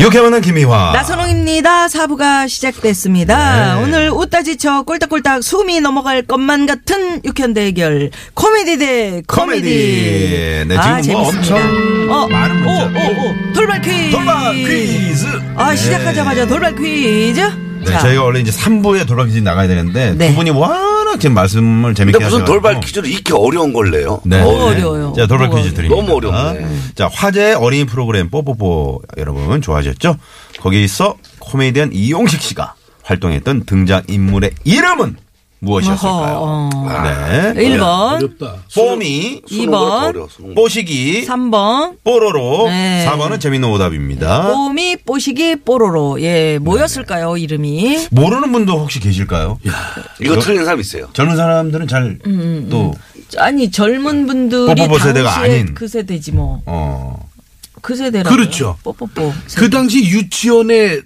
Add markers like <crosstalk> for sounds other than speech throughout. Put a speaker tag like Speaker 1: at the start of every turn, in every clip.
Speaker 1: 유쾌만한 김희화.
Speaker 2: 나선홍입니다. 사부가 시작됐습니다.
Speaker 1: 아. 네.
Speaker 2: 오늘 웃다지쳐 꼴딱꼴딱 숨이 넘어갈 것만 같은 육현 대결 코미디 대 코미디. 아, 어,
Speaker 1: 코미디. 네, 지금 뭐 엄청 많은 문자.
Speaker 2: 오, 오, 오. 돌발 퀴즈.
Speaker 1: 돌발 퀴즈.
Speaker 2: 아
Speaker 1: 네.
Speaker 2: 시작하자마자 돌발 퀴즈.
Speaker 1: 네, 저희가 원래 이제 3부에 돌발 퀴즈 나가야 되는데
Speaker 2: 네.
Speaker 1: 두 분이 워낙 지금 말씀을 재밌게
Speaker 3: 근데
Speaker 1: 하셔
Speaker 3: 네, 무슨 돌발 퀴즈를 이렇게 어려운 걸 내요?
Speaker 1: 네.
Speaker 2: 너무 어려워요.
Speaker 1: 자, 돌발
Speaker 2: 너무
Speaker 1: 퀴즈
Speaker 2: 어려워요.
Speaker 1: 드립니다. 아,
Speaker 3: 너무 어렵네.
Speaker 1: 자, 화제 어린이 프로그램 뽀뽀뽀 여러분 좋아하셨죠? 거기서 코미디언 이용식 씨가 활동했던 등장 인물의 이름은 무엇이었을까요?
Speaker 2: 어허, 아.
Speaker 1: 네.
Speaker 2: 1번,
Speaker 1: 뽀미,
Speaker 3: 수능
Speaker 2: 2번.
Speaker 3: 어렵다, 어려워, 수능.
Speaker 1: 뽀시기,
Speaker 2: 3번.
Speaker 1: 뽀로로,
Speaker 2: 네.
Speaker 1: 4번은 재밌는 오답입니다.
Speaker 2: 뽀미, 뽀시기, 뽀로로. 예, 뭐였을까요, 이름이?
Speaker 1: 모르는 분도 혹시 계실까요?
Speaker 3: 이거 틀린 사람 있어요.
Speaker 1: 젊은 사람들은 잘
Speaker 2: 음,
Speaker 1: 또
Speaker 2: 아니, 젊은
Speaker 1: 네.
Speaker 2: 분들이
Speaker 1: 뽀뽀뽀
Speaker 2: 당시에
Speaker 1: 세대가 아닌.
Speaker 2: 그 세대지 뭐.
Speaker 1: 어.
Speaker 4: 음.
Speaker 2: 그 세대라.
Speaker 4: 그렇죠.
Speaker 2: 뽀뽀뽀.
Speaker 4: 그 당시 유치원에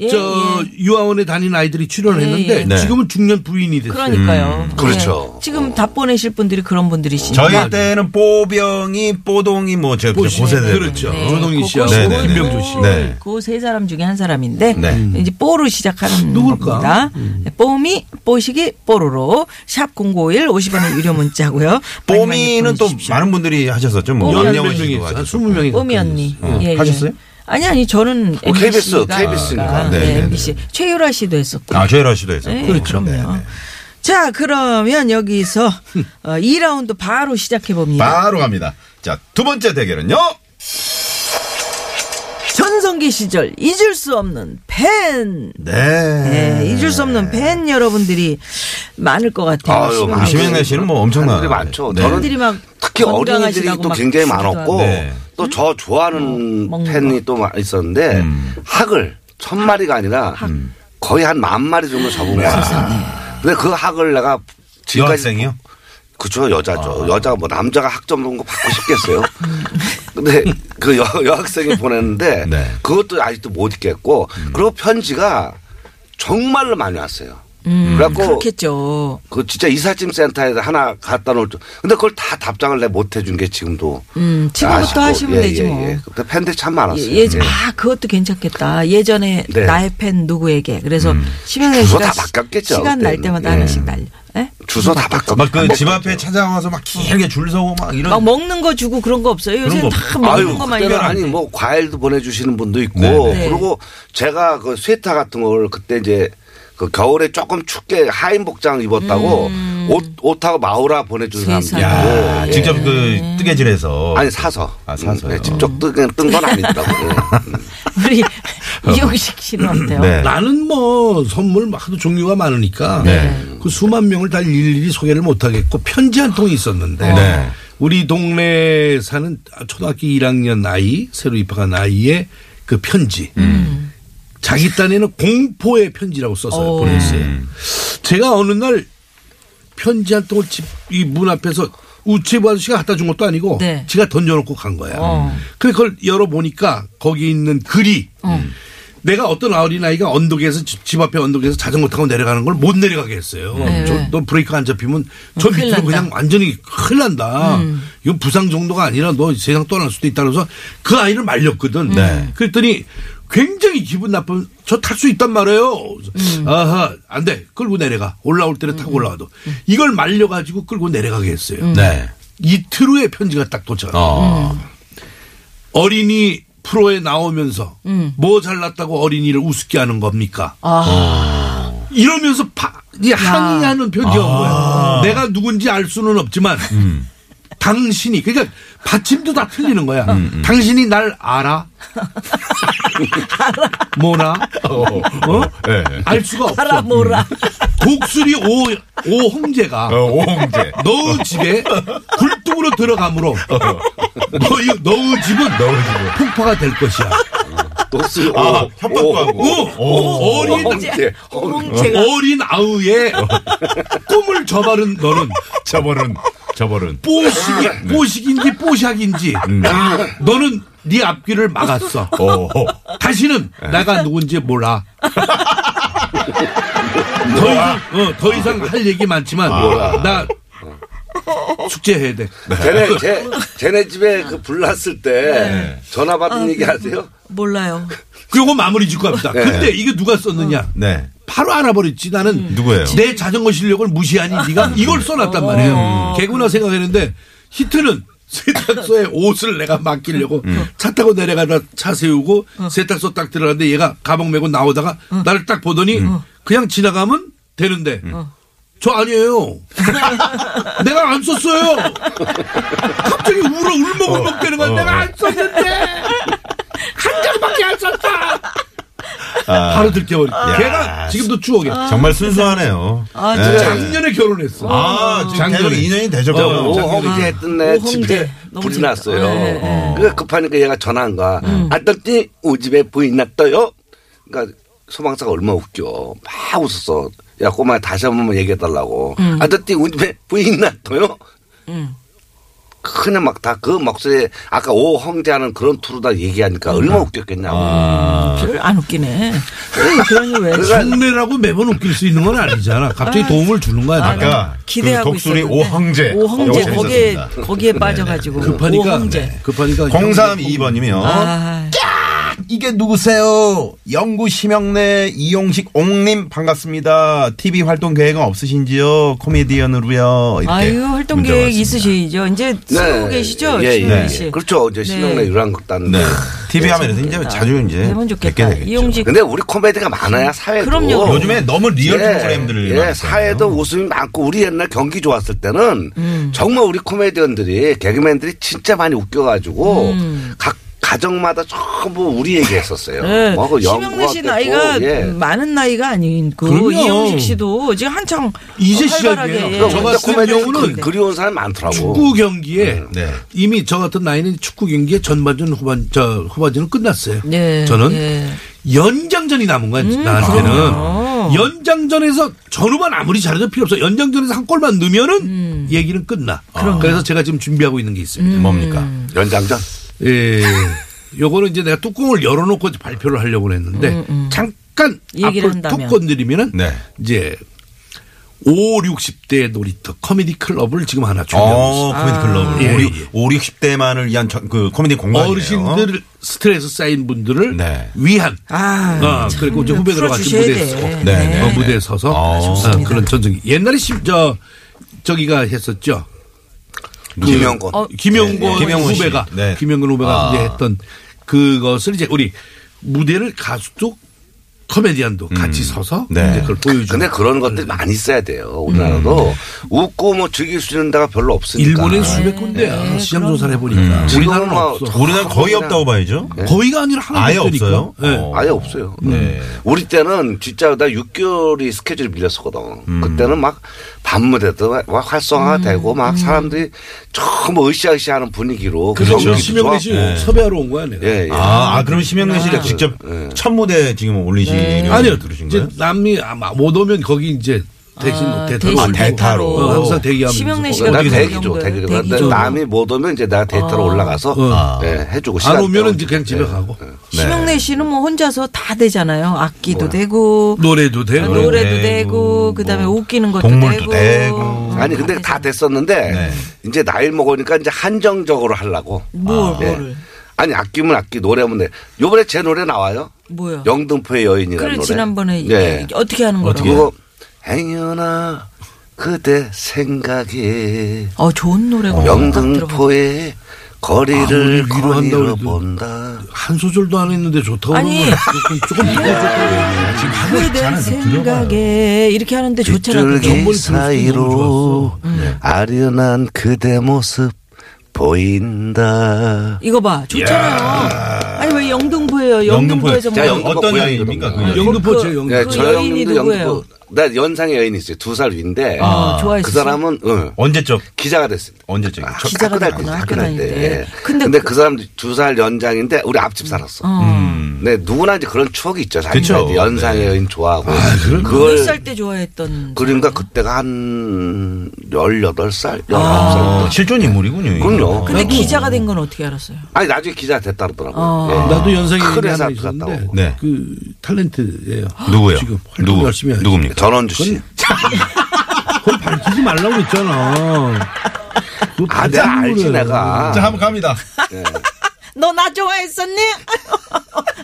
Speaker 2: 예,
Speaker 4: 저
Speaker 2: 예.
Speaker 4: 유아원에 다닌 아이들이 출연했는데
Speaker 2: 예, 예.
Speaker 1: 네.
Speaker 4: 지금은 중년 부인이 됐어요.
Speaker 2: 그러니까요.
Speaker 3: 음, 그렇죠.
Speaker 2: 예. 지금 답 보내실 분들이 그런 분들이시니까. 네.
Speaker 1: 저희 때는 뽀병이, 뽀동이 뭐 제가 그
Speaker 4: 음. 뽀시기.
Speaker 1: 고세대
Speaker 4: 그렇죠. 조동희 씨하고
Speaker 1: 네, 네, 네.
Speaker 4: 김병조 씨.
Speaker 1: 네.
Speaker 2: 그세 사람 중에 한 사람인데 음.
Speaker 1: 네.
Speaker 2: 이제 뽀로 시작하는
Speaker 4: 누굴까? 음.
Speaker 2: 겁니다. 뽀미, 뽀시기, 뽀로로 샵 051, 50원의 유료 문자고요. 많이 많이
Speaker 1: 뽀미는 또
Speaker 2: 보내주십시오.
Speaker 1: 많은 분들이 하셨었죠. 뭐
Speaker 2: 뽀미
Speaker 1: 연영은
Speaker 4: 열몇 명이
Speaker 1: 씨도
Speaker 4: 있어요. 한
Speaker 1: 하셨고.
Speaker 4: 20명이.
Speaker 2: 뽀미 언니. 예,
Speaker 1: 어. 하셨어요?
Speaker 2: 아니 아니 저는
Speaker 3: 어, KBS,
Speaker 2: MBC 가
Speaker 3: KBS 니까.
Speaker 2: 아,
Speaker 1: 네, 네,
Speaker 2: 네,
Speaker 1: 네.
Speaker 2: MBC 최유라 씨도 했었고.
Speaker 1: 아, 최혜라 씨도 했었고.
Speaker 2: 네,
Speaker 1: 그렇죠.
Speaker 2: 그럼요. 자, 그러면 여기서 어, 2라운드 바로 시작해 봅니다.
Speaker 1: 바로 갑니다. 자, 두 번째 대결은요.
Speaker 2: 전성기 시절 잊을 수 없는 팬.
Speaker 1: 네.
Speaker 2: 네, 잊을 수 없는 팬 여러분들이 많을 것 같아요.
Speaker 3: 아유,
Speaker 2: 지금
Speaker 3: 많아요.
Speaker 2: 이제
Speaker 1: 심현래 네, 씨는 뭐 엄청나.
Speaker 3: 사람들이 많죠.
Speaker 1: 네.
Speaker 3: 저는
Speaker 2: 팬들이 막
Speaker 3: 특히 어린이들이
Speaker 2: 건강하시다고
Speaker 3: 또
Speaker 2: 막
Speaker 3: 굉장히
Speaker 2: 주기도
Speaker 3: 많았고
Speaker 2: 하고.
Speaker 1: 네.
Speaker 3: 또 저 좋아하는
Speaker 2: 먹는
Speaker 3: 팬이 또 마- 있었는데
Speaker 1: 음.
Speaker 3: 학을 천 마리가 아니라 거의 한 만 마리 정도 잡은 거야. 근데 그 학을 내가 지금까지
Speaker 1: 여학생이요?
Speaker 3: 그쵸 여자죠 여자가 뭐 남자가 학점 그런 거 받고
Speaker 2: <laughs>
Speaker 3: 싶겠어요 근데 그 여, 여학생이 보냈는데
Speaker 1: 네.
Speaker 3: 그것도 아직도 못 읽겠고 그리고 편지가 정말로 많이 왔어요 그래갖고
Speaker 2: 음, 그렇겠죠.
Speaker 3: 그 진짜 이삿짐 센터에 하나 갖다 놓을 줄. 근데 그걸 다 답장을 내 못 해준 게 지금도. 예,
Speaker 2: 음, 지금부터 하시면 되지 뭐.
Speaker 3: 근데 팬들 참 많았어요.
Speaker 2: 예, 예, 아, 그것도 괜찮겠다. 예전에
Speaker 3: 네.
Speaker 2: 나의 팬 누구에게. 그래서 심현래
Speaker 3: 주소
Speaker 2: 씨가
Speaker 3: 다 바꿨겠죠,
Speaker 2: 시간 날
Speaker 3: 그때는.
Speaker 2: 때마다
Speaker 3: 예.
Speaker 2: 하나씩 날려. 예?
Speaker 3: 주소 다 바꿔.
Speaker 1: 막 그 집 앞에 찾아와서 막 길게 줄 서고 막 이런.
Speaker 2: 막 먹는 거 주고 그런 거 없어요. 요새
Speaker 1: 거
Speaker 2: 는다 먹는
Speaker 3: 아유,
Speaker 2: 거만
Speaker 3: 그때는
Speaker 2: 뭐 있는데.
Speaker 3: 아니 뭐 과일도 보내주시는 분도 있고
Speaker 1: 네,
Speaker 2: 네.
Speaker 3: 그리고 제가 그 스웨터 같은 걸 그때 이제 그 겨울에 조금 춥게 하인 복장 입었다고 옷 옷하고 마우라 보내준 사람도
Speaker 2: 음. 세상에.
Speaker 1: 야,
Speaker 3: 있고 예.
Speaker 1: 직접 그
Speaker 2: 네.
Speaker 1: 뜨개질해서.
Speaker 3: 아니 사서
Speaker 1: 아, 사서요.
Speaker 3: 네, 직접 뜬건 아니더라고요. 음. <laughs>
Speaker 2: 우리 이용식 씨는 어때요?
Speaker 1: 네.
Speaker 4: 나는 뭐 선물 하도 종류가 많으니까
Speaker 1: 네.
Speaker 4: 그 수만 명을 다 일일이 소개를 못 하겠고 편지 한 통이 있었는데
Speaker 1: 네.
Speaker 4: 우리 동네에 사는 초등학교 1학년 아이 새로 입학한 아이의 그 편지 자기 딴에는 공포의 편지라고 써서
Speaker 2: 음. 오. 음.
Speaker 4: 보냈어요. 제가 어느 날 편지 한 통을 집 문 앞에서 우체부 아저씨가 갖다 준 것도 아니고
Speaker 2: 네.
Speaker 4: 제가 던져놓고 간 거야.
Speaker 2: 어.
Speaker 4: 그래 그걸 열어보니까 거기 있는 글이 음. 내가 어떤 어린아이가 언덕에서 집, 집 앞에 언덕에서 자전거 타고 내려가는 걸 못 내려가게 했어요.
Speaker 2: 네,
Speaker 4: 저,
Speaker 2: 네.
Speaker 4: 너 브레이크 안 잡히면 저
Speaker 2: 큰일
Speaker 4: 밑으로
Speaker 2: 난다. 음.
Speaker 4: 그냥 완전히 큰일 난다. 이건 부상 정도가 아니라 너 세상 떠날 수도 있다. 그래서 그 아이를
Speaker 2: 음.
Speaker 4: 말렸거든.
Speaker 1: 네.
Speaker 4: 그랬더니 굉장히 기분 나쁜 저 탈 수 있단 말이에요. 그래서
Speaker 2: 음.
Speaker 4: 아하 안 돼. 끌고 내려가. 올라올 때는 타고 올라와도. 이걸 말려가지고 끌고 내려가게 했어요.
Speaker 2: 음.
Speaker 1: 네.
Speaker 4: 이틀 후에 편지가 딱 도착. 어.
Speaker 1: 어.
Speaker 4: 어린이 프로에 나오면서
Speaker 2: 음.
Speaker 4: 뭐 잘났다고 어린이를 우습게 하는 겁니까?
Speaker 2: 아.
Speaker 4: 이러면서 바, 이 항의하는 편지가 온 거야. 내가 누군지 알 수는 없지만 당신이 그러니까 받침도 다 틀리는 거야. 당신이 날 알아? 뭐나? 어?
Speaker 1: 네.
Speaker 4: 알 수가 없어.
Speaker 2: 알아 뭐라.
Speaker 3: 음.
Speaker 4: 독수리 오, 오홍재가
Speaker 1: 어, 오홍재.
Speaker 4: 너의 집에 굴뚝으로 들어가므로 너의, 너의 집은
Speaker 1: 너의 집은.
Speaker 4: 폭파가 될 것이야.
Speaker 3: 녹수.
Speaker 1: 아,
Speaker 3: 오,
Speaker 1: 협박도
Speaker 3: 오,
Speaker 1: 하고.
Speaker 4: 오, 어린
Speaker 3: 엉제. 엉-
Speaker 2: 엉제가
Speaker 4: 어린 아우의 꿈을 저바른 너는
Speaker 1: 저버른, 저버른.
Speaker 4: 뽀식이 뽀식인지 뽀샥인지 아, 너는 네 앞길을 막았어.
Speaker 1: 오,
Speaker 4: 다시는 내가 누군지 몰라. 더 이상 어, 더 이상 할 얘기 많지만 나 숙제해야 돼.
Speaker 3: 쟤네, 쟤, 쟤네 집에 그 불났을 때
Speaker 1: 네.
Speaker 3: 전화 받은
Speaker 2: 아,
Speaker 3: 얘기 하세요?
Speaker 2: 몰라요.
Speaker 4: 그리고 마무리 짓고 합니다.
Speaker 3: 네.
Speaker 4: 근데 이게 누가
Speaker 3: 어.
Speaker 4: 썼느냐?
Speaker 1: 네.
Speaker 4: 바로 알아버렸지 나는
Speaker 3: 음.
Speaker 1: 누구예요?
Speaker 2: 네.
Speaker 4: 내 자전거 실력을 무시하니 네가 이걸 써놨단
Speaker 3: 어.
Speaker 4: 말이에요. 개구나 생각했는데 히트는 세탁소에 옷을 내가 맡기려고
Speaker 1: 음.
Speaker 4: 차 타고 내려가다 차 세우고
Speaker 3: 어.
Speaker 4: 세탁소 딱 들어갔는데 얘가 가방 메고 나오다가 나를 딱 보더니
Speaker 3: 음.
Speaker 4: 그냥 지나가면 되는데 저
Speaker 3: <laughs>
Speaker 4: 아니에요. 내가 안 썼어요. 갑자기 울어 울먹울먹 되는 거야. 내가 안 썼는데 한 장밖에 안 썼다. 바로 들켜버리. 걔가 지금도 추억이야.
Speaker 1: 아, 정말 순수하네요.
Speaker 2: 아,
Speaker 1: 아, 네.
Speaker 2: 진짜.
Speaker 4: 작년에 결혼했어.
Speaker 1: 아, 지금 대략 2년이 되죠,
Speaker 4: 어,
Speaker 1: 결혼.
Speaker 3: 오홍제 했던네
Speaker 2: 오홍제.
Speaker 3: 집에
Speaker 2: 너무
Speaker 3: 불이
Speaker 2: 재밌다.
Speaker 3: 났어요.
Speaker 2: 네. 음.
Speaker 3: 그러니까 급하니까 얘가 전화한 거야. 아떨띠 우리 집에 불이 났어요. 그러니까 소방사가 얼마나 웃겨. 막 웃었어. 야 꼬마야 다시 한 번만 얘기해달라고.
Speaker 2: 음.
Speaker 3: 아떨띠 우리 집에 불이 났어요. 그냥 막 다 그 목소리에 아까 오홍제 하는 그런 투로 다
Speaker 2: 음.
Speaker 3: 얘기하니까 얼마나 웃겼겠냐고.
Speaker 2: 별 안 웃기네. 에이, 그러니 왜?
Speaker 3: 어. 그래서
Speaker 4: 장례라고 매번 웃길 수 있는 건 아니잖아. 갑자기 도움을 주는 거야. 내가.
Speaker 1: 아까 그
Speaker 2: 네. 기대하고
Speaker 1: 독수리
Speaker 2: 있었는데.
Speaker 1: 오황제.
Speaker 2: 오황제
Speaker 1: 요거
Speaker 2: 거기에
Speaker 1: 재밌었습니다. 네.
Speaker 2: 거기에 빠져가지고
Speaker 4: 급하니까.
Speaker 2: 오황제.
Speaker 4: 네, 어? 급하니까.
Speaker 2: 어,
Speaker 1: 032번님이요.
Speaker 2: 아,
Speaker 1: 이게 누구세요? 영구 심영래 이용식 옹님 반갑습니다. TV 활동 계획은 없으신지요? 코미디언으로요. 이렇게
Speaker 2: 아유 활동
Speaker 1: 문자
Speaker 2: 계획
Speaker 1: 왔습니다.
Speaker 2: 있으시죠? 이제 쓰고 계시죠,
Speaker 3: 네. 예,
Speaker 2: 신영
Speaker 3: 예,
Speaker 2: 씨.
Speaker 3: 예. 그렇죠. 이제 신영래 유랑극단.
Speaker 1: 네. TV
Speaker 2: 네,
Speaker 1: 하면서 이제
Speaker 2: 재밌겠다.
Speaker 1: 자주 이제
Speaker 2: 해본
Speaker 1: 뵙게
Speaker 2: 좋겠다.
Speaker 1: 되겠죠.
Speaker 2: 이용식
Speaker 3: 근데 우리 코미디가 많아야 사회도.
Speaker 2: 그럼요.
Speaker 1: 요즘에 너무 리얼 프로그램들을
Speaker 3: 예,
Speaker 1: 많이
Speaker 3: 사회도
Speaker 1: 하잖아요.
Speaker 3: 웃음이 많고 우리 옛날 경기 좋았을 때는
Speaker 2: 음.
Speaker 3: 정말 우리 코미디언들이 개그맨들이 진짜 많이 웃겨가지고 각 가정마다 전부 우리 얘기했었어요.
Speaker 2: 음. 네.
Speaker 3: 뭐, 그
Speaker 2: 심영래 씨
Speaker 3: 연구하겠고,
Speaker 2: 나이가 음.
Speaker 3: 예.
Speaker 2: 많은 나이가 아닌 그
Speaker 4: 그럼요.
Speaker 2: 이용식 씨도 지금 한창
Speaker 4: 이제
Speaker 2: 활발하게 예.
Speaker 4: 시작이에요.
Speaker 3: 그러니까
Speaker 4: 저
Speaker 3: 우리가
Speaker 4: 같은
Speaker 3: 코미디언
Speaker 4: 경우는
Speaker 3: 그, 그리운 사람이 많더라고.
Speaker 4: 축구 경기에
Speaker 1: 네.
Speaker 4: 이미 저 같은 나이는 축구 경기에 전반전 후반 저 후반전은 끝났어요.
Speaker 2: 네, 음,
Speaker 4: 저는
Speaker 2: 네.
Speaker 4: 연장전이 남은 거야 나한테는 연장전에서 전후반 아무리 잘해도 필요 없어. 연장전에서 한 골만 넣으면은
Speaker 2: 음.
Speaker 4: 얘기는 끝나.
Speaker 2: 아,
Speaker 4: 그래서 제가 지금 준비하고 있는 게 있습니다.
Speaker 1: 뭡니까?
Speaker 2: 음.
Speaker 3: 연장전.
Speaker 4: 예. 요거는 이제 내가 뚜껑을 열어놓고 이제 발표를 하려고 했는데 잠깐
Speaker 2: 음, 얘기를
Speaker 4: 앞을
Speaker 2: 한다면.
Speaker 4: 툭 건드리면은
Speaker 1: 네.
Speaker 4: 이제 5, 60대 놀이터 코미디 클럽을 지금 하나
Speaker 2: 아.
Speaker 4: 준비하고
Speaker 1: 어, 코미디 클럽.
Speaker 4: 예,
Speaker 1: 5, 60대만을 위한 저- 그 코미디 공간이에요.
Speaker 4: 있어요. 어르신들 스트레스 쌓인 분들을
Speaker 1: 네.
Speaker 4: 위한
Speaker 2: 아,
Speaker 4: 어, 그리고 이제 후배 들어가서
Speaker 2: 풀어주셔야
Speaker 4: 무대에
Speaker 2: 돼.
Speaker 4: 서고
Speaker 2: 네,
Speaker 1: 네.
Speaker 4: 어, 무대에 서서
Speaker 1: 아,
Speaker 4: 어,
Speaker 2: 좋습니다.
Speaker 4: 그런 전쟁 옛날에 심, 저 저기가 했었죠.
Speaker 3: 김영권.
Speaker 2: 어,
Speaker 4: 김영권
Speaker 1: 네, 김영훈 씨.
Speaker 4: 후배가
Speaker 1: 네.
Speaker 4: 김영권 후배가
Speaker 1: 아.
Speaker 4: 이제 했던 그것을 이제 우리 무대를 가수도 코미디언도 같이 서서
Speaker 1: 음. 네.
Speaker 4: 이제 그걸 보여주고
Speaker 3: 근데 그런 것들이 많이 있어야 돼요. 우리나라도
Speaker 1: 음.
Speaker 3: 웃고 뭐 즐길 수 있는 데가 별로 없으니까.
Speaker 2: 네.
Speaker 4: 일본에 수백 군데야 시장 조사를
Speaker 1: 음.
Speaker 4: 해보니까
Speaker 3: 지금은
Speaker 4: 우리나라는
Speaker 3: 뭐
Speaker 4: 없어
Speaker 1: 우리나라는 거의
Speaker 4: 아,
Speaker 1: 없다고 봐야죠.
Speaker 4: 거의가 아니라 하나
Speaker 1: 아예
Speaker 4: 없으니까.
Speaker 1: 없어요?
Speaker 4: 예.
Speaker 1: 어.
Speaker 3: 아예 없어요. 음.
Speaker 1: 네.
Speaker 3: 우리 때는 진짜 나 6개월이 스케줄이 밀렸었거든.
Speaker 4: 음.
Speaker 3: 그때는 막 밤무대도 막 활성화되고 막 사람들이 전부 으쌰으쌰 하는 분위기로. 그
Speaker 4: 음. 그래서
Speaker 1: 그렇죠.
Speaker 3: 분위기도
Speaker 4: 심영래 씨
Speaker 3: 좋아.
Speaker 1: 네.
Speaker 4: 섭외하러 온 거야 내가
Speaker 3: 예, 예.
Speaker 1: 아, 아, 그럼 심영래 씨가 직접 첫 무대 지금 올리시려고
Speaker 3: 네.
Speaker 4: 아니요
Speaker 1: 들으신
Speaker 4: 이제
Speaker 1: 거예요?
Speaker 4: 남미 아마 못 오면 거기 이제 대신
Speaker 2: 아,
Speaker 4: 대타로
Speaker 2: 대신
Speaker 4: 올리고.
Speaker 1: 대타로.
Speaker 4: 어, 항상 대기하면
Speaker 2: 심영래 씨가
Speaker 3: 난
Speaker 2: 어떻게
Speaker 3: 대기죠,
Speaker 2: 생각한
Speaker 3: 대기죠. 아.
Speaker 2: 거예요?
Speaker 3: 근데
Speaker 2: 대기죠.
Speaker 3: 남이 못 오면 이제 내가 데이터로 올라가서
Speaker 4: 어.
Speaker 3: 예, 해주고 예.
Speaker 4: 안
Speaker 3: 시간
Speaker 4: 오면은
Speaker 3: 때문에.
Speaker 4: 이제 그냥
Speaker 3: 네.
Speaker 4: 집에 가고
Speaker 2: 심영래 씨는 뭐 혼자서 다 되잖아요. 악기도 되고
Speaker 4: 노래도 되고
Speaker 2: 네. 노래도
Speaker 1: 되고,
Speaker 2: 되고, 그다음에
Speaker 1: 뭐
Speaker 2: 웃기는 것도
Speaker 1: 동물도
Speaker 2: 되고.
Speaker 1: 되고.
Speaker 3: 아니 근데 다 됐었는데
Speaker 1: 네.
Speaker 3: 이제 나이 먹으니까 이제 한정적으로 하려고.
Speaker 2: 뭘
Speaker 3: 예.
Speaker 2: 뭐를
Speaker 3: 아니 아끼면 아끼 노래하면 돼. 요번에 제 노래 나와요.
Speaker 2: 뭐요?
Speaker 3: 영등포의 여인이라는
Speaker 2: 그래
Speaker 3: 노래.
Speaker 2: 지난번에
Speaker 3: 예.
Speaker 2: 어떻게 하는 거라고?
Speaker 3: 그거 행여나 그대 생각이
Speaker 2: 어 좋은 노래고
Speaker 3: 영등포의 거리를
Speaker 4: 아, 우리 위로한다
Speaker 3: 걸어
Speaker 4: 그래도.
Speaker 3: 본다.
Speaker 4: 한 소절도 안 했는데 좋다고
Speaker 2: 아니.
Speaker 4: 그러면 조금 조금 조금
Speaker 3: 아,
Speaker 2: 그대 생각에 이렇게 하는데 좋잖아. 그게. 음.
Speaker 3: 뒷줄기
Speaker 4: 정말
Speaker 3: 사이로
Speaker 4: 네.
Speaker 3: 아련한 그대 모습 보인다.
Speaker 2: 이거 봐 좋잖아요. 아니 왜 영등포예요? 영등포에서
Speaker 1: 영등포에서
Speaker 2: 뭐
Speaker 3: 자, 영-
Speaker 1: 어떤
Speaker 3: 그-
Speaker 1: 여인입니까? 그 여인?
Speaker 4: 영등포 제
Speaker 2: 그
Speaker 4: 영등
Speaker 3: 예,
Speaker 2: 그
Speaker 3: 저
Speaker 2: 여인이
Speaker 3: 형님도
Speaker 2: 누구예요?
Speaker 3: 영등포 나 연상의 여인이 있어요. 두 살 위인데
Speaker 1: 아.
Speaker 2: 어, 좋아했어.
Speaker 3: 그 사람은 응,
Speaker 1: 언제적
Speaker 3: 기자가 됐습니다.
Speaker 1: 언제적이죠?
Speaker 3: 아,
Speaker 2: 기자가
Speaker 3: 학교 다닐
Speaker 2: 됐구나,
Speaker 3: 때,
Speaker 2: 학교 다닐 때. 근데
Speaker 3: 근데, 근데
Speaker 2: 그-
Speaker 3: 그, 사람도 두 살 연장인데 우리 앞집 살았어. 네 누구나 이제 그런 추억이 있죠.
Speaker 1: 그쵸.
Speaker 3: 자기가 연상의
Speaker 1: 네.
Speaker 3: 여인 좋아하고
Speaker 2: 몇
Speaker 3: 그걸
Speaker 2: 살 때 좋아했던
Speaker 3: 그러니까 그때가 한 18살, 19살.
Speaker 1: 아, 실존 인물이군요.
Speaker 3: 그럼요.
Speaker 2: 근데
Speaker 4: 나도-
Speaker 2: 기자가 된 건 어떻게 알았어요?
Speaker 3: 아니, 나중에 기자 됐다 그러더라고요.
Speaker 2: 어.
Speaker 3: 예.
Speaker 4: 나도 연상이
Speaker 3: 큰
Speaker 4: 얘기 하나
Speaker 3: 회사도 갔다
Speaker 4: 있었는데
Speaker 3: 오고.
Speaker 1: 네.
Speaker 4: 그 탤런트예요.
Speaker 1: 누구예요?
Speaker 4: 지금 활동
Speaker 1: 누구?
Speaker 4: 열심히 하죠.
Speaker 1: 누굽니까?
Speaker 3: 전원주 씨.
Speaker 4: 그걸 밝히지 말라고 했잖아. 그거
Speaker 3: 아, 내가
Speaker 4: 밝히는
Speaker 3: 알지,
Speaker 4: 거를.
Speaker 3: 내가.
Speaker 1: 한번 갑니다.
Speaker 2: 너 나
Speaker 3: <laughs>
Speaker 2: 좋아했었니?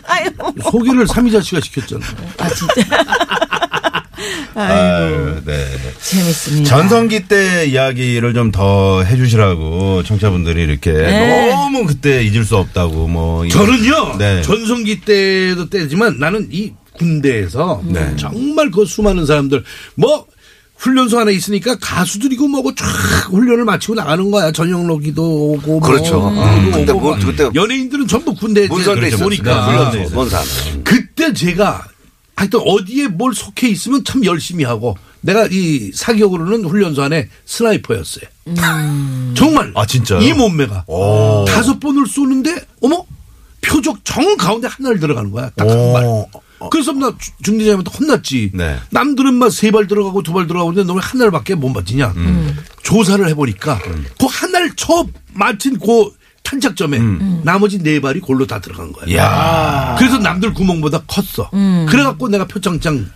Speaker 2: 아유,
Speaker 4: 소개를 삼이자 씨가 시켰잖아.
Speaker 2: 아 진짜 <laughs>
Speaker 1: 아유, 네.
Speaker 2: 재밌습니다.
Speaker 1: 전성기 때 이야기를 좀 더 해주시라고 청취자분들이 이렇게
Speaker 2: 네.
Speaker 1: 너무 그때 잊을 수 없다고
Speaker 3: 예.
Speaker 1: 뭐. 이런-
Speaker 4: 저는요
Speaker 1: 네.
Speaker 4: 전성기 때도 때지만 나는 이 군대에서
Speaker 1: 네.
Speaker 4: 정말 그 수많은 사람들 뭐 훈련소 안에 있으니까 가수들이고 뭐고 쫙 훈련을 마치고 나가는 거야 전영록이도 오고
Speaker 3: 그렇죠.
Speaker 4: 뭐
Speaker 3: 음.
Speaker 4: 누구도
Speaker 3: 근데
Speaker 4: 오고
Speaker 3: 뭐 그때 뭐
Speaker 4: 연예인들은 전부 군대에
Speaker 3: 문선대
Speaker 4: 이제
Speaker 3: 있었으니까.
Speaker 4: 보니까
Speaker 1: 훈련소.
Speaker 3: 물론서, 뭔 사람.
Speaker 4: 그때 제가 하여튼 어디에 뭘 속해 있으면 참 열심히 하고 내가 이 사격으로는 훈련소 안에 스나이퍼였어요. 정말
Speaker 1: 아, 진짜요?
Speaker 4: 이 몸매가 다섯 번을 쏘는데 어머 표적 정 가운데 하나를 들어가는 거야 딱 한 발.
Speaker 1: 오.
Speaker 4: 그래서 나 주- 중대장한테 혼났지.
Speaker 1: 네.
Speaker 4: 남들은 막 세 발 들어가고 두 발 들어가고 근데 너왜 하나밖에 못 맞히냐.
Speaker 1: 음.
Speaker 4: 조사를 해보니까 그 하나를 처음 맞힌 그 탄착점에
Speaker 1: 음.
Speaker 4: 나머지 네 발이 골로 다 들어간
Speaker 1: 예.
Speaker 4: 거야.
Speaker 1: 이야.
Speaker 4: 그래서 남들 구멍보다 컸어.
Speaker 2: 음.
Speaker 4: 그래갖고 내가 표창장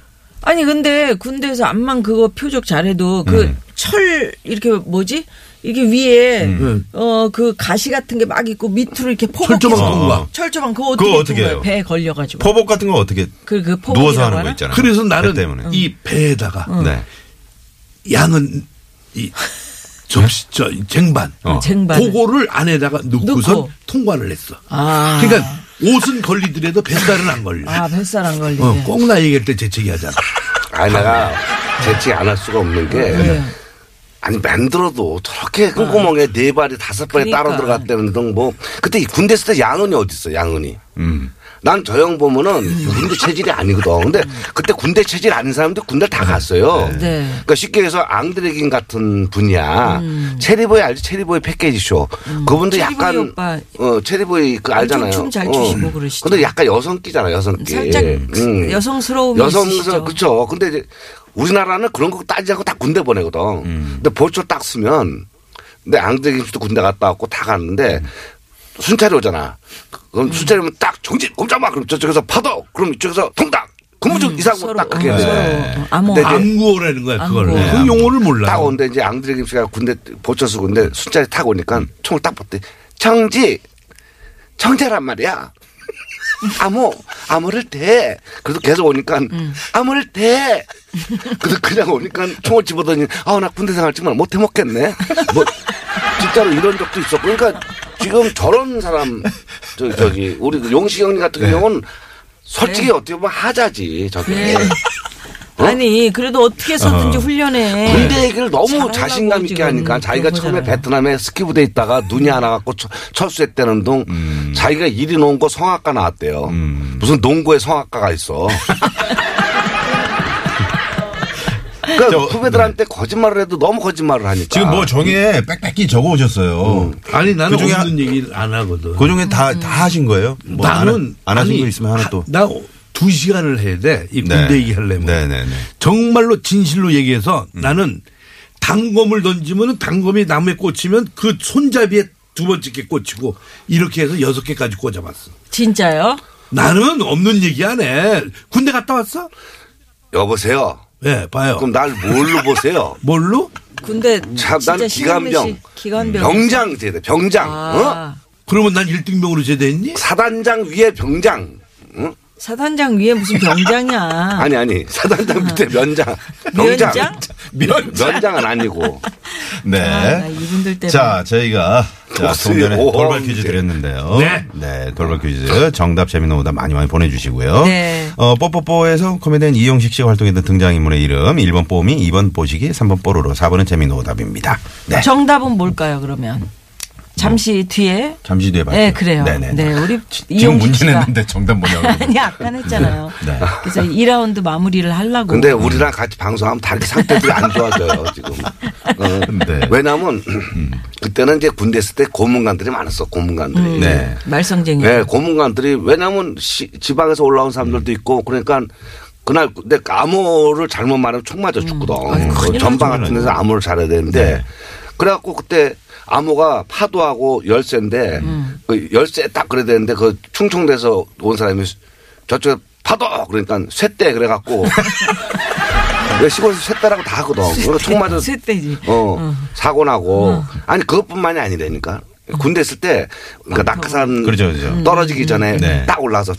Speaker 2: 아니 근데 군대에서 암만 그거 표적 잘해도 그 철 이렇게 뭐지 이게 위에 어 그 가시 같은 게 막 있고 밑으로 이렇게 포복
Speaker 4: 철조망 통과.
Speaker 2: 철조망 그거 어떻게,
Speaker 1: 그거 어떻게
Speaker 2: 통과해?
Speaker 1: 해요?
Speaker 2: 배에 걸려가지고
Speaker 1: 포복 같은 거 어떻게
Speaker 2: 그, 그 포복이라고
Speaker 1: 누워서 하는 거
Speaker 2: 하나?
Speaker 1: 있잖아요.
Speaker 4: 그래서
Speaker 1: 배
Speaker 4: 나는
Speaker 1: 때문에.
Speaker 4: 이
Speaker 2: 음.
Speaker 4: 배에다가
Speaker 1: 네.
Speaker 4: 양은
Speaker 1: <laughs>
Speaker 4: 이 접시 저 쟁반,
Speaker 1: 어.
Speaker 2: 쟁반을.
Speaker 4: 그거를 안에다가 넣고선
Speaker 2: 넣고.
Speaker 4: 통과를 했어.
Speaker 2: 아.
Speaker 4: 그러니까 옷은 걸리더라도 뱃살은 안 걸려.
Speaker 2: 아 뱃살 안 걸리네.
Speaker 4: 어, 꼭 나 얘기할 때 재채기 하잖아.
Speaker 3: 아니, 내가 재치 안 할 수가 없는 게.
Speaker 2: 네.
Speaker 3: 아니, 만들어도 저렇게 꽁구멍에 네 발이 다섯 발이 따로
Speaker 2: 그러니까.
Speaker 3: 들어갔다는 등 뭐. 그때 이 군대 있을 때 양은이 어딨어, 양은이.
Speaker 1: 음.
Speaker 3: 난 저 형 보면은 군대 체질이 아니거든. 근데 그때 군대 체질 아닌 사람들 군대 다 갔어요.
Speaker 2: 네.
Speaker 3: 그러니까 쉽게 해서 앙드레긴 같은 분이야. 체리보이 알지? 체리보이 패키지쇼. 그분도
Speaker 2: 음. 체리보이
Speaker 3: 약간
Speaker 2: 오빠.
Speaker 3: 어 체리보이 그 알잖아요.
Speaker 2: 춤잘
Speaker 3: 어.
Speaker 2: 추시고 그러시죠.
Speaker 3: 근데 약간 여성끼잖아, 여성끼.
Speaker 2: 살짝
Speaker 3: 음.
Speaker 2: 여성스러움이 있으시죠.
Speaker 3: 여성서 그쵸. 근데 이제 우리나라는 그런 거 따지지 않고 다 군대 보내거든. 근데 보초 딱 쓰면 근데 앙드레긴 씨도 군대 갔다 왔고 다 갔는데 순찰이 오잖아. 그럼 순찰이 오면 딱 정진 꼼짝마 그럼 저쪽에서 파도 그럼 이쪽에서 통닭 근무중 이상으로
Speaker 2: 서로,
Speaker 3: 딱 가게
Speaker 2: 어,
Speaker 3: 돼.
Speaker 2: 서로, 어, 암호.
Speaker 3: 네. 근데 이제
Speaker 4: 암구호라는 거야 그걸.
Speaker 2: 암구호.
Speaker 4: 그 용어를 몰라.
Speaker 3: 딱 오는데 이제 앙드레김 씨가 군대 보초 쓰고 근데 순찰이 타고 오니까
Speaker 4: 음.
Speaker 3: 총을 딱 봤대. 청지 청자란 말이야. 암호 암호를 대. 그래서 계속 오니까 암호를 대. 그래서 그냥 오니까 총을 집어더니 아나 군대 생활 정말 못해 먹겠네. 뭐 진짜로 이런 적도 있었고 그러니까 지금 저런 사람 저기 저기 우리 그 용식 형님 같은
Speaker 4: 네.
Speaker 3: 경우는 솔직히 어떻게 보면 하자지 저게.
Speaker 2: 아니 그래도 어떻게 해서든지 훈련해.
Speaker 3: 군대 얘기를 너무
Speaker 2: 네. 잘하려고
Speaker 3: 자신감 있게
Speaker 2: 지금
Speaker 3: 하니까 자기가
Speaker 2: 그런
Speaker 3: 처음에
Speaker 2: 거잖아요.
Speaker 3: 베트남에 스키부대 있다가 눈이 하나 갖고 처- 철수했다는 둥
Speaker 1: 음.
Speaker 3: 자기가 일이 놓은 거 성악가 나왔대요. 무슨 농구에
Speaker 1: <laughs>
Speaker 3: 성악가가 있어. 그러니까
Speaker 1: 저, 네.
Speaker 3: 후배들한테 거짓말을 해도 너무 거짓말을 하니까.
Speaker 1: 지금 뭐 정에
Speaker 3: 그-
Speaker 1: 빽빽히 적어 오셨어요.
Speaker 3: 음.
Speaker 4: 아니 나는
Speaker 1: 그 중에
Speaker 4: 없는 얘기를 안 하거든.
Speaker 1: 그 중에 다,
Speaker 2: 음.
Speaker 1: 다 하신 거예요? 뭐 안,
Speaker 4: 나는
Speaker 1: 하- 안 하신
Speaker 4: 아니,
Speaker 1: 거 있으면 하나
Speaker 4: 하-
Speaker 1: 또.
Speaker 4: 나 오- 두 시간을 해야 돼. 이 군대
Speaker 1: 네.
Speaker 4: 얘기하려면.
Speaker 1: 네네네. 음.
Speaker 4: 정말로 진실로 얘기해서 나는 단검을 던지면 단검이 나무에 꽂히면 그 손잡이에 두 번째 꽂히고 이렇게 해서 여섯 개까지 꽂아봤어.
Speaker 2: 진짜요?
Speaker 4: 나는 없는 얘기 안 해. 군대 갔다 왔어?
Speaker 3: 여보세요.
Speaker 4: 예, 봐요.
Speaker 3: 그럼 날
Speaker 2: <laughs>
Speaker 3: 뭘로 보세요?
Speaker 4: 뭘로?
Speaker 2: 군대
Speaker 3: 참,
Speaker 2: 진짜
Speaker 3: 나는 기관병.
Speaker 2: 신문식 기관병
Speaker 3: 병장 제대, 병장. 어?
Speaker 2: 아,
Speaker 4: 그러면 난일등병으로 제대했니?
Speaker 3: 사단장 위에 병장. 응?
Speaker 2: 사단장 위에 무슨 병장이야.
Speaker 3: 아니, 아니. 사단장
Speaker 2: <laughs>
Speaker 3: 밑에 면장. 병장.
Speaker 2: 면장?
Speaker 3: 면장은 아니고.
Speaker 1: 네.
Speaker 2: 아, 나 이분들 때문에.
Speaker 1: 자, 저희가 자,
Speaker 3: 독수리
Speaker 1: 좀 전에
Speaker 3: 오함.
Speaker 1: 돌발 퀴즈 드렸는데요.
Speaker 4: 네.
Speaker 1: 돌발 퀴즈. 정답 재미는 오다 많이 많이 보내주시고요.
Speaker 2: 네.
Speaker 1: 어, 뽀뽀뽀에서 코미디언 이용식 씨가 활동했던 등장인물의 이름. 1번 뽀미, 2번 뽀시기, 3번 뽀로로, 4번은 재미는 오답입니다. 네.
Speaker 2: 정답은 뭘까요 그러면? 잠시 뒤에.
Speaker 1: 잠시 뒤에 봐요.
Speaker 2: 네, 그래요.
Speaker 1: 네네.
Speaker 2: 네, 우리
Speaker 1: 지금
Speaker 2: 이용식
Speaker 1: 문제
Speaker 2: 씨가-
Speaker 1: 냈는데 정답 뭐냐고.
Speaker 2: <laughs> 아니 아까 했잖아요.
Speaker 1: 네.
Speaker 2: 그래서 2라운드 마무리를 하려고.
Speaker 3: 근데 우리랑 같이 방송하면 다르게 상태들이 안 좋아져요 지금. 어.
Speaker 1: 네. 음.
Speaker 3: 왜냐하면 그때는 이제 군대 있을 때 고문관들이 많았어 고문관들이.
Speaker 1: 네.
Speaker 2: 말썽쟁이.
Speaker 3: 네, 고문관들이 왜냐하면 시- 지방에서 올라온 사람들도 있고 그러니까 그날 내 암호를 잘못 말하면 총 맞아 죽거든. 그 전방 같은 데서 암호를 잘해야 되는데 그래갖고 그때 암호가 파도하고 열쇠인데 그 열쇠 딱 그래야 되는데 그 충청대에서 온 사람이 저쪽에 파도 그러니까 쇠대 그래갖고 왜 시골에서 쇠대라고 다 하거든. 그래서 총 맞아
Speaker 2: 쇠떼지.
Speaker 3: 어, 사고 나고 아니 그것뿐만이 아니라니까 군대 있을 때 그러니까 낙하산
Speaker 1: 그렇죠, 그렇죠.
Speaker 3: 떨어지기 전에
Speaker 1: 네.
Speaker 3: 딱 올라서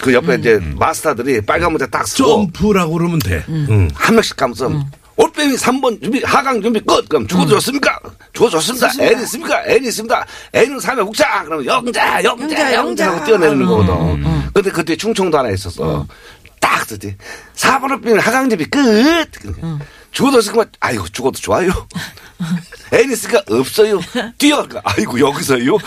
Speaker 3: 그 옆에 이제 마스터들이 빨간 모자 딱 쓰고
Speaker 4: 점프라고 그러면 돼. 응.
Speaker 3: 한 명씩 감싸
Speaker 2: 음.
Speaker 3: 올빼미 3번 준비 하강 준비 끝 그럼 죽어줬습니까 죽어줬습니다 애는 있습니까 애는 있습니다 애는 삼회 국자 그러면 영자 영자
Speaker 2: 영자,
Speaker 3: 영자 하고
Speaker 2: 영자.
Speaker 3: 뛰어내리는
Speaker 2: 음,
Speaker 3: 거거든 근데 그때 충청도 하나 있었어 딱 쓰지 4번 올빼미 하강 준비 끝 그러니까
Speaker 2: 음.
Speaker 3: 죽어줬으니까 아이고 죽어도
Speaker 2: <laughs>
Speaker 3: 좋아요 애는 있으니까 없어요 뛰어 그러니까
Speaker 2: <laughs>
Speaker 3: 아이고 여기서요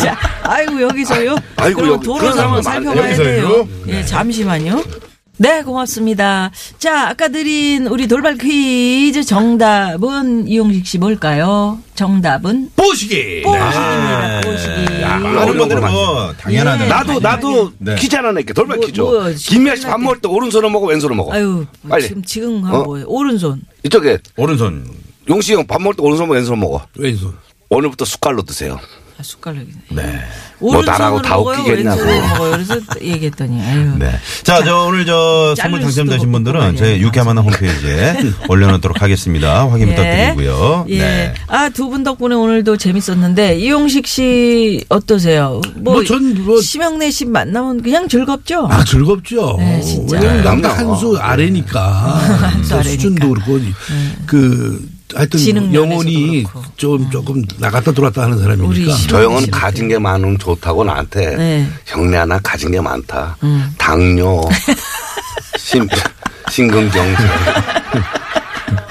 Speaker 2: 자, 아이고 여기서요.
Speaker 3: 아이고,
Speaker 2: 그럼
Speaker 3: 여기.
Speaker 2: 도로
Speaker 3: 그런
Speaker 2: 상황
Speaker 3: 사람은 많아요.
Speaker 2: 살펴봐야 돼요.
Speaker 1: 여기서요?
Speaker 2: 예, 잠시만요. 네, 고맙습니다. 자, 아까 드린 우리 돌발 퀴즈 정답은 이용식 씨 뭘까요? 정답은
Speaker 4: 보시기.
Speaker 2: 뽀식입니다. 아, 뽀식이.
Speaker 3: 아, 야,
Speaker 1: 많은 분들은 뭐 당연하다.
Speaker 2: 예.
Speaker 3: 나도 나도
Speaker 1: 네.
Speaker 3: 퀴즈 하나 낼게 돌발
Speaker 2: 뭐,
Speaker 3: 퀴즈
Speaker 2: 뭐야,
Speaker 3: 김미아 씨 밥 먹을 때 오른손으로 먹어 왼손으로 먹어
Speaker 2: 아유,
Speaker 3: 빨리
Speaker 2: 지금 지금 한
Speaker 3: 어?
Speaker 2: 뭐예요? 오른손.
Speaker 3: 이쪽에
Speaker 1: 오른손.
Speaker 3: 용식이 형 밥 먹을 때 오른손 먹어 왼손 먹어
Speaker 4: 왼손.
Speaker 3: 오늘부터 숟갈로 드세요
Speaker 2: 아, 숟가락이네.
Speaker 1: 네.
Speaker 3: 뭐 나라고 뭐. 다
Speaker 2: 먹어요?
Speaker 3: 웃기겠냐고.
Speaker 2: 왼손으로 먹어요? 그래서 얘기했더니 아유.
Speaker 1: 네. 자, 저 오늘 저 선물
Speaker 2: 자를 음, 수도
Speaker 1: 당첨되신
Speaker 2: 없고
Speaker 1: 분들은
Speaker 2: 말이에요.
Speaker 1: 저희 유쾌한 만남 홈페이지에
Speaker 2: <laughs>
Speaker 1: 올려놓도록 하겠습니다. 확인 부탁드리고요.
Speaker 2: 예.
Speaker 1: 네.
Speaker 2: 아, 두 분 덕분에 오늘도 재밌었는데, 이용식 씨 어떠세요? 뭐,
Speaker 4: 뭐 전 뭐-
Speaker 2: 심형래 씨 만나면 그냥 즐겁죠?
Speaker 4: 아 즐겁죠.
Speaker 2: 네, 진짜.
Speaker 4: 왜냐면 남자
Speaker 3: 그럼요.
Speaker 4: 한수 아래니까
Speaker 2: 한수 네.
Speaker 4: 그 수준도 그렇고 그
Speaker 2: 지능
Speaker 4: 하여튼 영혼이
Speaker 2: 면에서도 그렇고. 네.
Speaker 4: 좀 조금 나갔다 들어왔다 하는
Speaker 2: 우리
Speaker 1: 그러니까.
Speaker 4: 사람이니까.
Speaker 2: 심-
Speaker 3: 저 형은
Speaker 2: 싫어.
Speaker 3: 가진 게 많으면 좋다고 나한테
Speaker 2: 음, 네.
Speaker 3: 형네 하나 가진 게 많다 당뇨 심 심근경색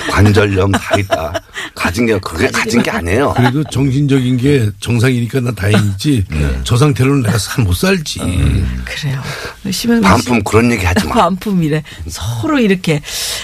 Speaker 3: 관절염 다 있다 가진 게 그게 가진 게 아니에요
Speaker 4: 그리고 정신적인 게 정상이니까 나 다행이지. 저 상태로는 내가 살 못 살지.
Speaker 2: 음. 그래요. 심형래 씨. <laughs>
Speaker 3: 반품 그런 얘기 하지 마
Speaker 2: 반품이래. 서로 이렇게.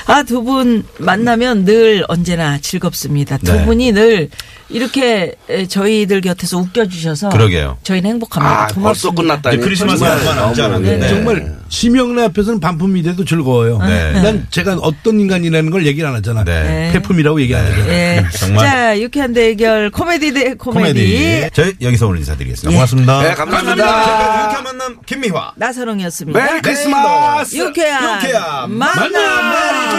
Speaker 2: 아, 두 분 만나면 늘 언제나 즐겁습니다. 두
Speaker 1: 네.
Speaker 2: 분이 늘 이렇게 저희들 곁에서 웃겨주셔서.
Speaker 1: 그러게요.
Speaker 2: 저희는 행복합니다.
Speaker 3: 아, 벌써
Speaker 2: 고맙습니다.
Speaker 3: 끝났다니.
Speaker 1: 이제 크리스마스
Speaker 3: 정말.
Speaker 1: 얼마 남지
Speaker 3: 너무,
Speaker 1: 않았는데.
Speaker 3: 네.
Speaker 4: 정말 심형래 앞에서는 반품이 돼도 즐거워요.
Speaker 1: 네.
Speaker 4: 난 제가 어떤 인간이라는 걸 얘기를 안 하잖아.
Speaker 1: 네.
Speaker 4: 폐품이라고 얘기 안 하잖아.
Speaker 2: 예.
Speaker 1: <laughs> 정말.
Speaker 2: 자, 유쾌한 대결 코미디 대 코미디. 예.
Speaker 1: 코미디. 저희 여기서 오늘 인사드리겠습니다. 고맙습니다.
Speaker 3: 네, 감사합니다.
Speaker 1: 지금까지 유쾌한 만남 김미화.
Speaker 2: 나선홍이었습니다.
Speaker 3: 메리 크리스마스
Speaker 2: 유쾌한,
Speaker 1: 유쾌한
Speaker 2: 만남.
Speaker 1: 만남.
Speaker 2: 네.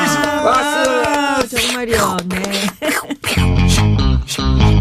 Speaker 2: 아, 정말요. 네.